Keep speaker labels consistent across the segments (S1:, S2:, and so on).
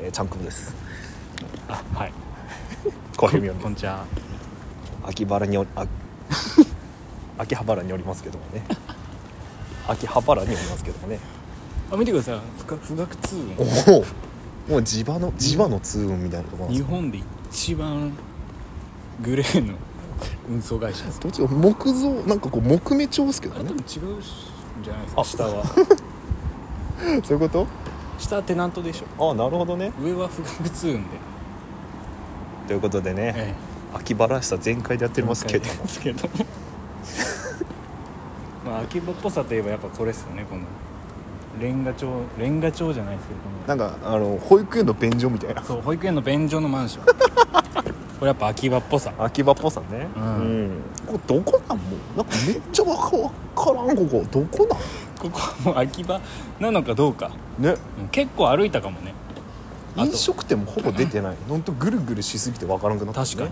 S1: ー、ちゃんくぶです
S2: あはい
S1: 小平妙
S2: こん
S1: です
S2: ちは
S1: 秋原におあ 秋葉原におりますけどもね秋葉原におりますけどもね
S2: あ見てください不覚不覚通
S1: お
S2: 運
S1: おもう地場の地場の通運みたいなとこなんで
S2: 日
S1: すか
S2: 本で一番グレーの運送会社です
S1: どっちか木造なんかこう木目調ですけ
S2: あ
S1: ど
S2: れ多
S1: ね
S2: 分違うんじゃないです
S1: あ
S2: か下 は
S1: そういうこ
S2: 下はテナントでしょ
S1: とあなるほどね
S2: 上は不覚通運で
S1: ということでね、
S2: え
S1: 秋葉らしさ全開でやっ
S2: え
S1: てますけど
S2: やってますけど まあ秋葉っぽさといえばやっぱこれですよねこのレンガ調レンガ調じゃないですけどこの
S1: なんかあの保育園の便所みたいな
S2: そう保育園の便所のマンション これやっぱ秋葉っぽさ
S1: 秋葉っぽさねう
S2: うんん、
S1: これどこなんもうなんかめっちゃわかわからんここどこ
S2: ここはもう秋葉なのかどうか
S1: なんね
S2: うん結構歩いたかもねあと
S1: 飲食店もほぼ出て ないほんとぐるぐるしすぎてわからんくなった、ね、
S2: 確かに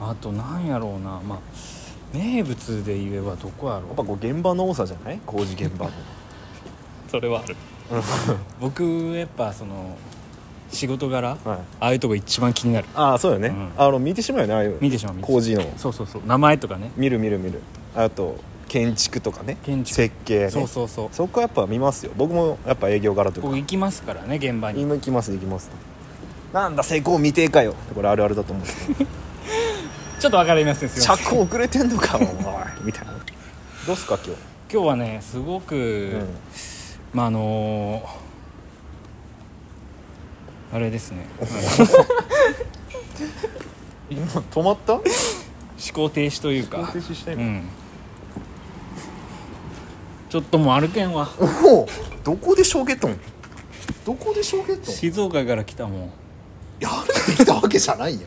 S2: あとなんやろうなまあ名物で言えばどこや
S1: やっ
S2: ろ
S1: ぱこう現場の多さじゃない工事現場 の
S2: それはある 僕やっぱその仕事柄、あ
S1: はい
S2: あいうとこ一番気になる
S1: ああそうよね、
S2: うん
S1: あの見てしまうよねああいう
S2: 見てしまう見てしま
S1: 工事の
S2: うそうそうそう名前とかね
S1: 見る見る見るあと建築とかね
S2: 建築
S1: 設計、ね、
S2: そうそうそう
S1: そこはやっぱ見ますよ僕もやっぱ営業柄という
S2: 僕
S1: か
S2: 行きますからね現場に
S1: 今行きます行きますなんだ成功未定かよこれあるあるだ と思うんですけど
S2: ちょっと分かりませんすいません
S1: 着工遅れてんのかおいみたいなどうすか今
S2: 今日はねすごく、
S1: 日、うん、
S2: まああのーあれですねあの
S1: 今止まっ た
S2: 思考停止というか
S1: 止した
S2: うんちょっともう歩けん わ
S1: おおどこで衝撃トンどこで衝撃トン
S2: 静岡から来たもん
S1: やれてきたわけじゃないや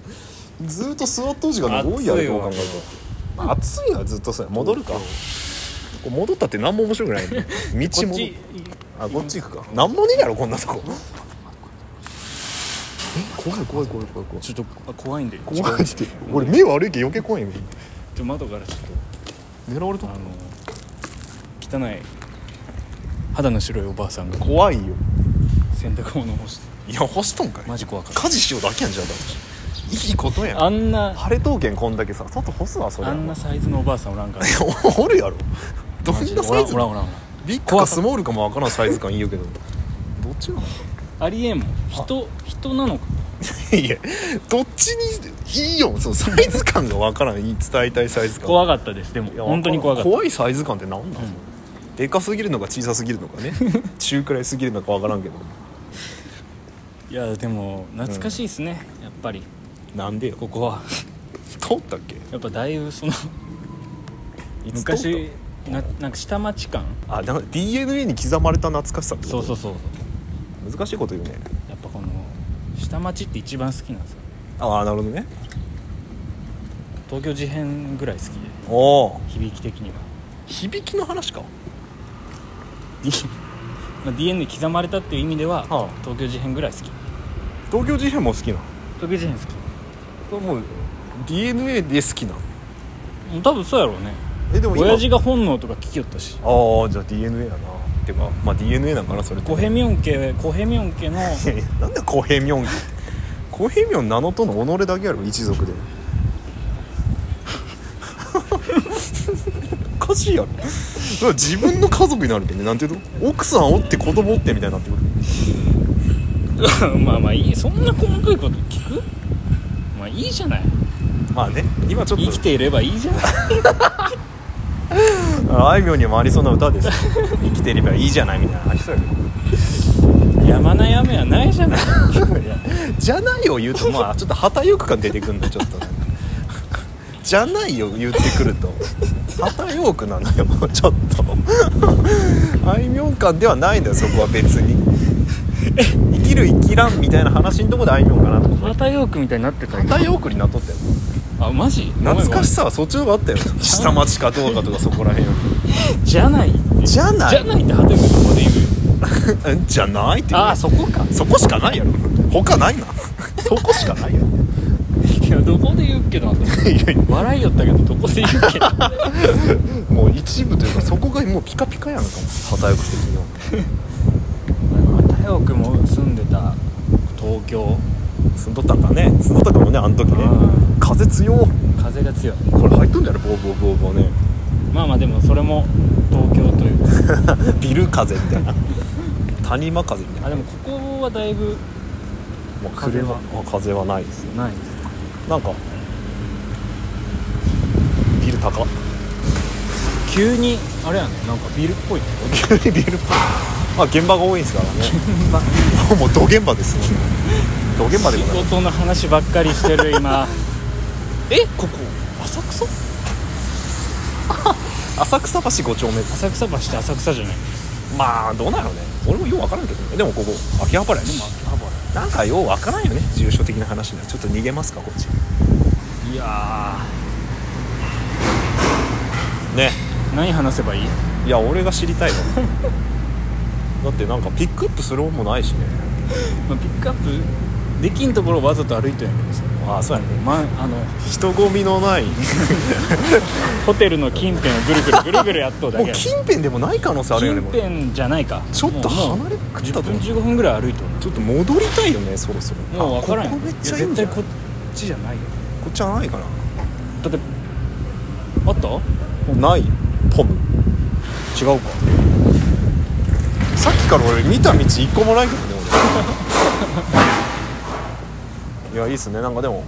S1: ずーっと座っと時間多いや
S2: 暑
S1: ろ
S2: い
S1: どう
S2: わ
S1: 考えてもまあ暑いわずっとそうや戻るかこう戻ったって何も面白くないね
S2: こ
S1: 道
S2: っ
S1: も
S2: ち
S1: あこっち行くか何もねえやろこんなとこえ怖い怖い怖い怖い怖い
S2: ちょっとあ怖いんで
S1: 怖い
S2: ちょっ
S1: って俺目悪いけ余計怖いよ
S2: と窓からちょっ
S1: 狙われ
S2: と
S1: た
S2: あの汚い肌の白いおばあさんが
S1: 怖いよ
S2: 洗濯物を干して
S1: いや干しとんかい
S2: マジ怖かっ
S1: 家事しようだけやんじゃんだっていいことや
S2: たあ
S1: ん
S2: んな
S1: 晴れ刀剣こんだけさ外干すわそれ
S2: あんなサイズのおばあさんおらんから
S1: おるやろ どんなサイズ
S2: おらんおらんおらん
S1: ビッグかスモールかもわからんサイズ感いいよけどどっちなの
S2: ありえんもん人人なのか
S1: いやどっちにいいよそのサイズ感がわからん伝えたいサイズ感
S2: 怖かったですで
S1: いや
S2: も本当に怖かった
S1: 怖いサイズ感って何なん、
S2: うん
S1: でかすぎるのか小さすぎるのかね中くらいすぎるのかわからんけど
S2: いやでも懐かしいですね、やっぱり
S1: なんでよ
S2: ここは
S1: 通ったっけ
S2: やっぱだいぶその
S1: いつ通った
S2: 昔ななんか下町感
S1: あなんか DNA に刻まれた懐かしさってこと
S2: そうそうそう
S1: 難しいこと言うね
S2: やっぱこの下町って一番好きなんですよ
S1: ああなるほどね
S2: 東京事変ぐらい好きで
S1: おお
S2: 響き的には
S1: 響きの話か
S2: D まあ DNA 刻まれたっていう意味では、
S1: はあ
S2: 東京事変ぐらい好き東
S1: 東京事変も好きな
S2: 京事変好
S1: これもう DNA で好きな
S2: きもう多分そうやろうね
S1: えでも今
S2: 親父が本能とか聞きよったし
S1: ああじゃあ DNA だなてかまあ DNA なんかなそれって
S2: コヘミョン家コヘミョン 家の
S1: いやいやなんでコヘミョンってコヘミョン名のとの己だけやろ一族で おかしいやろだから自分の家族になるってねなんていうの奥さんおって子供おってみたいになってくる
S2: まあまあいいそんな細かいこと聞くまあいいじゃない
S1: まあね今ちょっ
S2: 生き
S1: と
S2: ていればいいじゃない
S1: ああいみょんにもありそうな歌です生きてればいいじゃないみたいなありそうや
S2: やまない雨はないじゃない
S1: けどじゃないよ言うと まあちょっと旗よく感出てくるんだちょっとねじゃないよ言ってくると旗よくなのよもうちょっとあいみょん感ではないんだよそこは別に生きる生きらんみたいな話のとこであいみょんかなと思って
S2: またヨークみたいになってた
S1: 旗よくになっとったよ
S2: あマジ
S1: 懐かしさはそっちの方があったよ 下町かどうかとかそこらへんよ
S2: ごめんごめんじゃないって
S1: じゃない
S2: じゃないって畑のとこで言うよ
S1: りじゃないっていう
S2: ああそこか
S1: そこしかないやろ他ないなそこしかないやろ
S2: いやどこで言うっけなと思って
S1: いやい
S2: 笑いよったけどどこで言うっけな
S1: や もう一部というかそこがもうピカピカやんかもう旗よく的には
S2: 畑ヨークも住んでた東京
S1: 住んどったんかね住んどったかもねあの時ね
S2: う
S1: 風強っ
S2: 風が強い
S1: これ入っとんじゃねボーボーボーボーね
S2: まあまあでもそれも東京というか
S1: ビル風みたいな谷間風みたいな
S2: あでもここはだいぶ
S1: もう
S2: 風は
S1: 車風はないですよ
S2: ない
S1: なんかビル 高っ
S2: 急にあれやねなんかビルっぽいね
S1: 急にビルっぽいまあ現場が多いんですからねもうど現場ですもんねど現場で
S2: 仕
S1: もない
S2: 事の話ばっかりしてる今 えここ
S1: 浅草浅草橋5丁目
S2: 浅草橋って浅草じゃない
S1: まあどうなのね俺もよう分からんけどねでもここ秋葉原やしなんかよう分からんよね住所的な話ねちょっと逃げますかこっち
S2: いや
S1: ね
S2: ー何話せばいい
S1: いや俺が知りたいわ だってなんかピックアップするもんもないしね
S2: まあピックアップできんところわざと歩いてるんやけどさ、
S1: ああそうやね
S2: ま、あの
S1: 人混みの ない
S2: ホテルの近辺をぐるぐるぐるぐるやっとうだ
S1: も
S2: け
S1: う
S2: や
S1: 近辺でもない可能性あるよね
S2: 近
S1: もう
S2: 辺じゃないか
S1: ちょっと
S2: もう
S1: 離れくった
S2: 10
S1: と思
S2: 分
S1: う
S2: 15分ぐらい歩いと
S1: ちょっと戻りたいよねそろそ
S2: る
S1: ろ
S2: もう分から
S1: あ
S2: んよ
S1: ここめっちゃいいんじゃ
S2: や
S1: ない
S2: 絶対こ
S1: こ
S2: っちじゃないよ
S1: っちじゃないかな
S2: だってあった
S1: ないポム
S2: 違うか
S1: さっきから俺見た道一個もないけどね 俺いやいいっすねなんかでも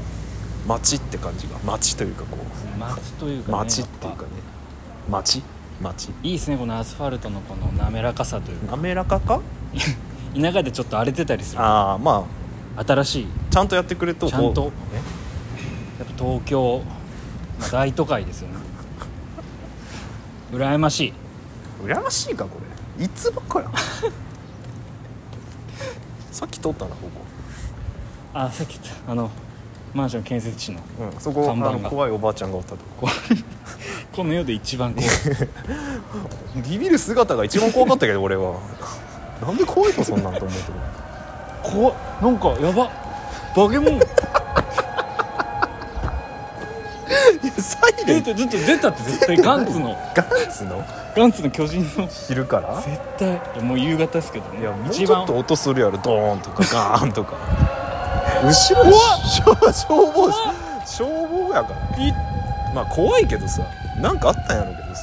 S1: 街って感じが街というかこう
S2: 街というか、ね、
S1: 街っていうかね
S2: やぱ
S1: 街街
S2: いいですねこのアスファルトのこの滑らかさというか
S1: 滑らかか
S2: 田舎でちょっと荒れてたりする
S1: ああま
S2: 新しい
S1: あちゃんとやってくれると
S2: ちゃんと
S1: こうね
S2: やっぱ東京まあ大都会ですよね羨ましい
S1: 羨ましいかこれいつばっかやさっき通ったなこ
S2: あさっき言ったあのマンション建設地の
S1: こ、うん、そこあ
S2: 看板が
S1: の怖いおばあちゃんがおったとこ
S2: この世で一番こ
S1: ビビる姿が一番怖かったけど俺は なんで怖いのそんなんと思うけど
S2: う 怖っなんかやばバケモン
S1: いやサイレ
S2: 出
S1: ン
S2: てずっと出たって絶対ガンツの
S1: ガンツの
S2: ガンツの巨人 の
S1: 昼から
S2: 絶対いやもう夕方ですけどね
S1: いやもう
S2: 一
S1: ちょ
S2: 番
S1: っと音するやろドーンとかガーンとか 後ろ消消防消防やから
S2: い
S1: まあ怖いけどさなんかあったんやろうけどさ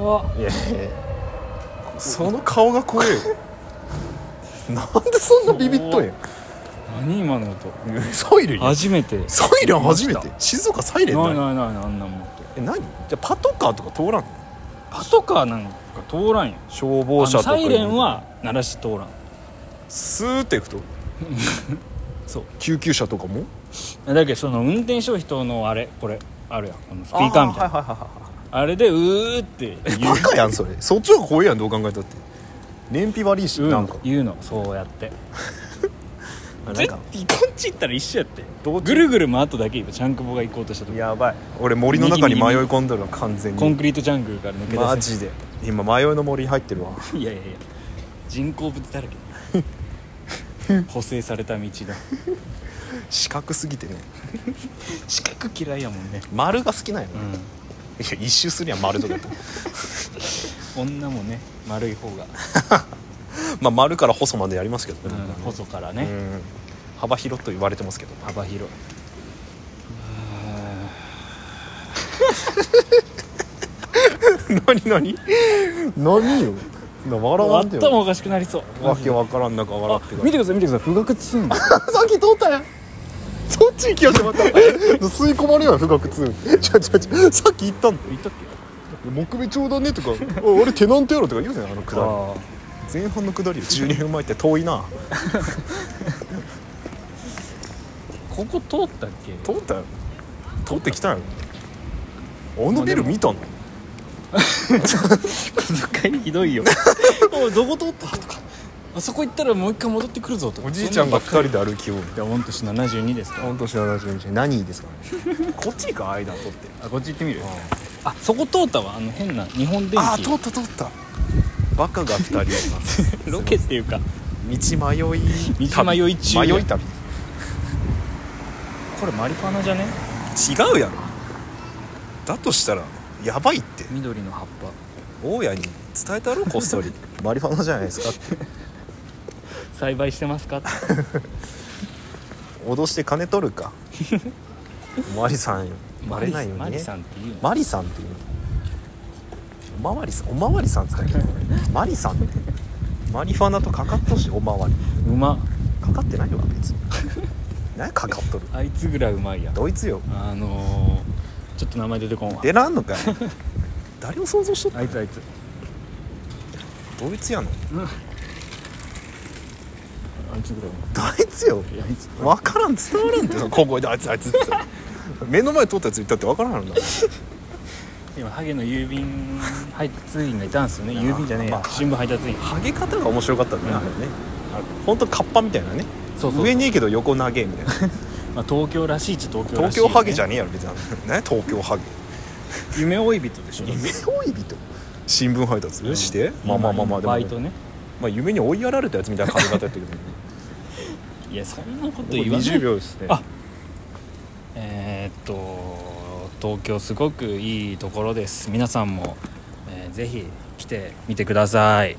S2: 怖っ
S1: いやいやその顔が怖えよ なんでそんなビビっとんや
S2: 何今の音
S1: サイレンや
S2: 初めてない
S1: サイレン初めて静岡サイレン
S2: な
S1: な
S2: い
S1: い
S2: ないあんなもんって
S1: え何じゃあパトカーとか通らんの
S2: パトカーなんか通らんよ
S1: 消
S2: あ
S1: 防
S2: の
S1: 車とか
S2: サイレンは鳴らして通らん
S1: スーっていく と
S2: そう
S1: 救急車とかも
S2: だけどその運転手人のあれこれあるやんこのスピーカーみたいな
S1: あ
S2: あ,、
S1: はいはいはいはい
S2: れでうーって
S1: えバカやんそれそっちの方が怖いやんどう考えたって燃費悪いし
S2: 言う
S1: なんか
S2: の言うのそうやって
S1: な
S2: 絶
S1: ん
S2: 対
S1: か
S2: こっち行ったら一緒やって
S1: どっち
S2: ぐるぐる回っただけ今チャンクボが行こうとした時
S1: やばい俺森の中に迷い込んどるわ完全
S2: コン
S1: に
S2: クリートジャングルから抜け出せ
S1: マジで今迷いの森入ってるわ
S2: いやいやいや 人工物だらけ 補正された道だ
S1: 四角すぎてね
S2: 四角嫌いやもんね
S1: 丸が好きなんやね、
S2: う
S1: いや一周するやん丸とかって
S2: ん女もね丸い方が、
S1: まあ丸から細までやりますけど
S2: うん
S1: ね、僕はね
S2: 細からね、
S1: うん幅広と言われてますけど
S2: 幅広い
S1: 何何 何よな笑わんて
S2: 頭
S1: よ
S2: おかしくなりそう
S1: わけわからん中笑って
S2: 見てください見てください不学つん だ
S1: さっき通ったやんそっち行きやしまった吸い込まれよ不学通ちょちょちょさっき言ったんだ
S2: 言ったっけ
S1: 木目調だねとかお俺テナントやろとか言うじゃんあのくだ
S2: あ
S1: り前半のくだりよ12分前って遠いな
S2: ここ通ったっけ
S1: 通ったよ通ってきたよあのビル見たの
S2: 小遣いひどいよ おいどこ通ったとかあそこ行ったらもう一回戻ってくるぞとか
S1: おじいちゃんが
S2: そ
S1: 2
S2: なばっか
S1: 人で歩きよう
S2: りいや御年72ですから
S1: 本当知らないし何ですかねこっちか間取って
S2: あこっち行ってみるあそこ通ったわあの変な日本電
S1: ああ
S2: 気
S1: 通った通ったバカが2人います
S2: ロケっていうか
S1: 道迷い
S2: 道迷い中
S1: 迷い旅
S2: これマリファナじゃね
S1: 違うやろだとしたらやばいって
S2: 緑の葉っぱ
S1: 大家に伝えたろこっそりマリファナじゃないですかって
S2: 栽培してますかって
S1: 脅して金取るかマリさん バレないようにね
S2: マリさんっていうの、
S1: マリさんっていうおまわりさんおまわりさんっつったけどマリさんってマリファナとかかっとるしおまわり
S2: うま
S1: かかってないわ 別に何やかかっとる
S2: あいつぐらいうまいやん
S1: ドイツよ
S2: あのー、ちょっと名前出てこんわ
S1: 出らんのかい誰を想像しとっ
S2: あいつあいつ
S1: たドイツやの
S2: うんあいつぐらいうま
S1: ドイツよ
S2: いいやあいつ
S1: 分からん伝わらんってその小声であいつあいつって目の前通ったやつ言ったって分からんやろな
S2: 今ハゲの郵便配達員がいたんですよね郵便じゃねえや、
S1: まあ
S2: 新聞配達員
S1: ハゲ方が面白かったんだね、
S2: うん
S1: あれね本当カッパみたいなね
S2: そうそう
S1: 上にいいけど横投げみたいな
S2: まあ、東京らしいっちゃ東京ら
S1: 東
S2: しいよ
S1: 京
S2: ね、
S1: ハゲじゃねえやろ別にね 東京ハゲ
S2: 夢追い人でしょ
S1: 夢追い人新聞配達、
S2: うん
S1: してまあまあまあまあでも、
S2: バイトね
S1: まあ、夢に追いやられたやつみたいな髪型やったけ ど、ね、
S2: いやそんなこと言わない
S1: 20秒ですね
S2: あえーっと東京すごくいいところです皆さんも、えーぜひ来てみてください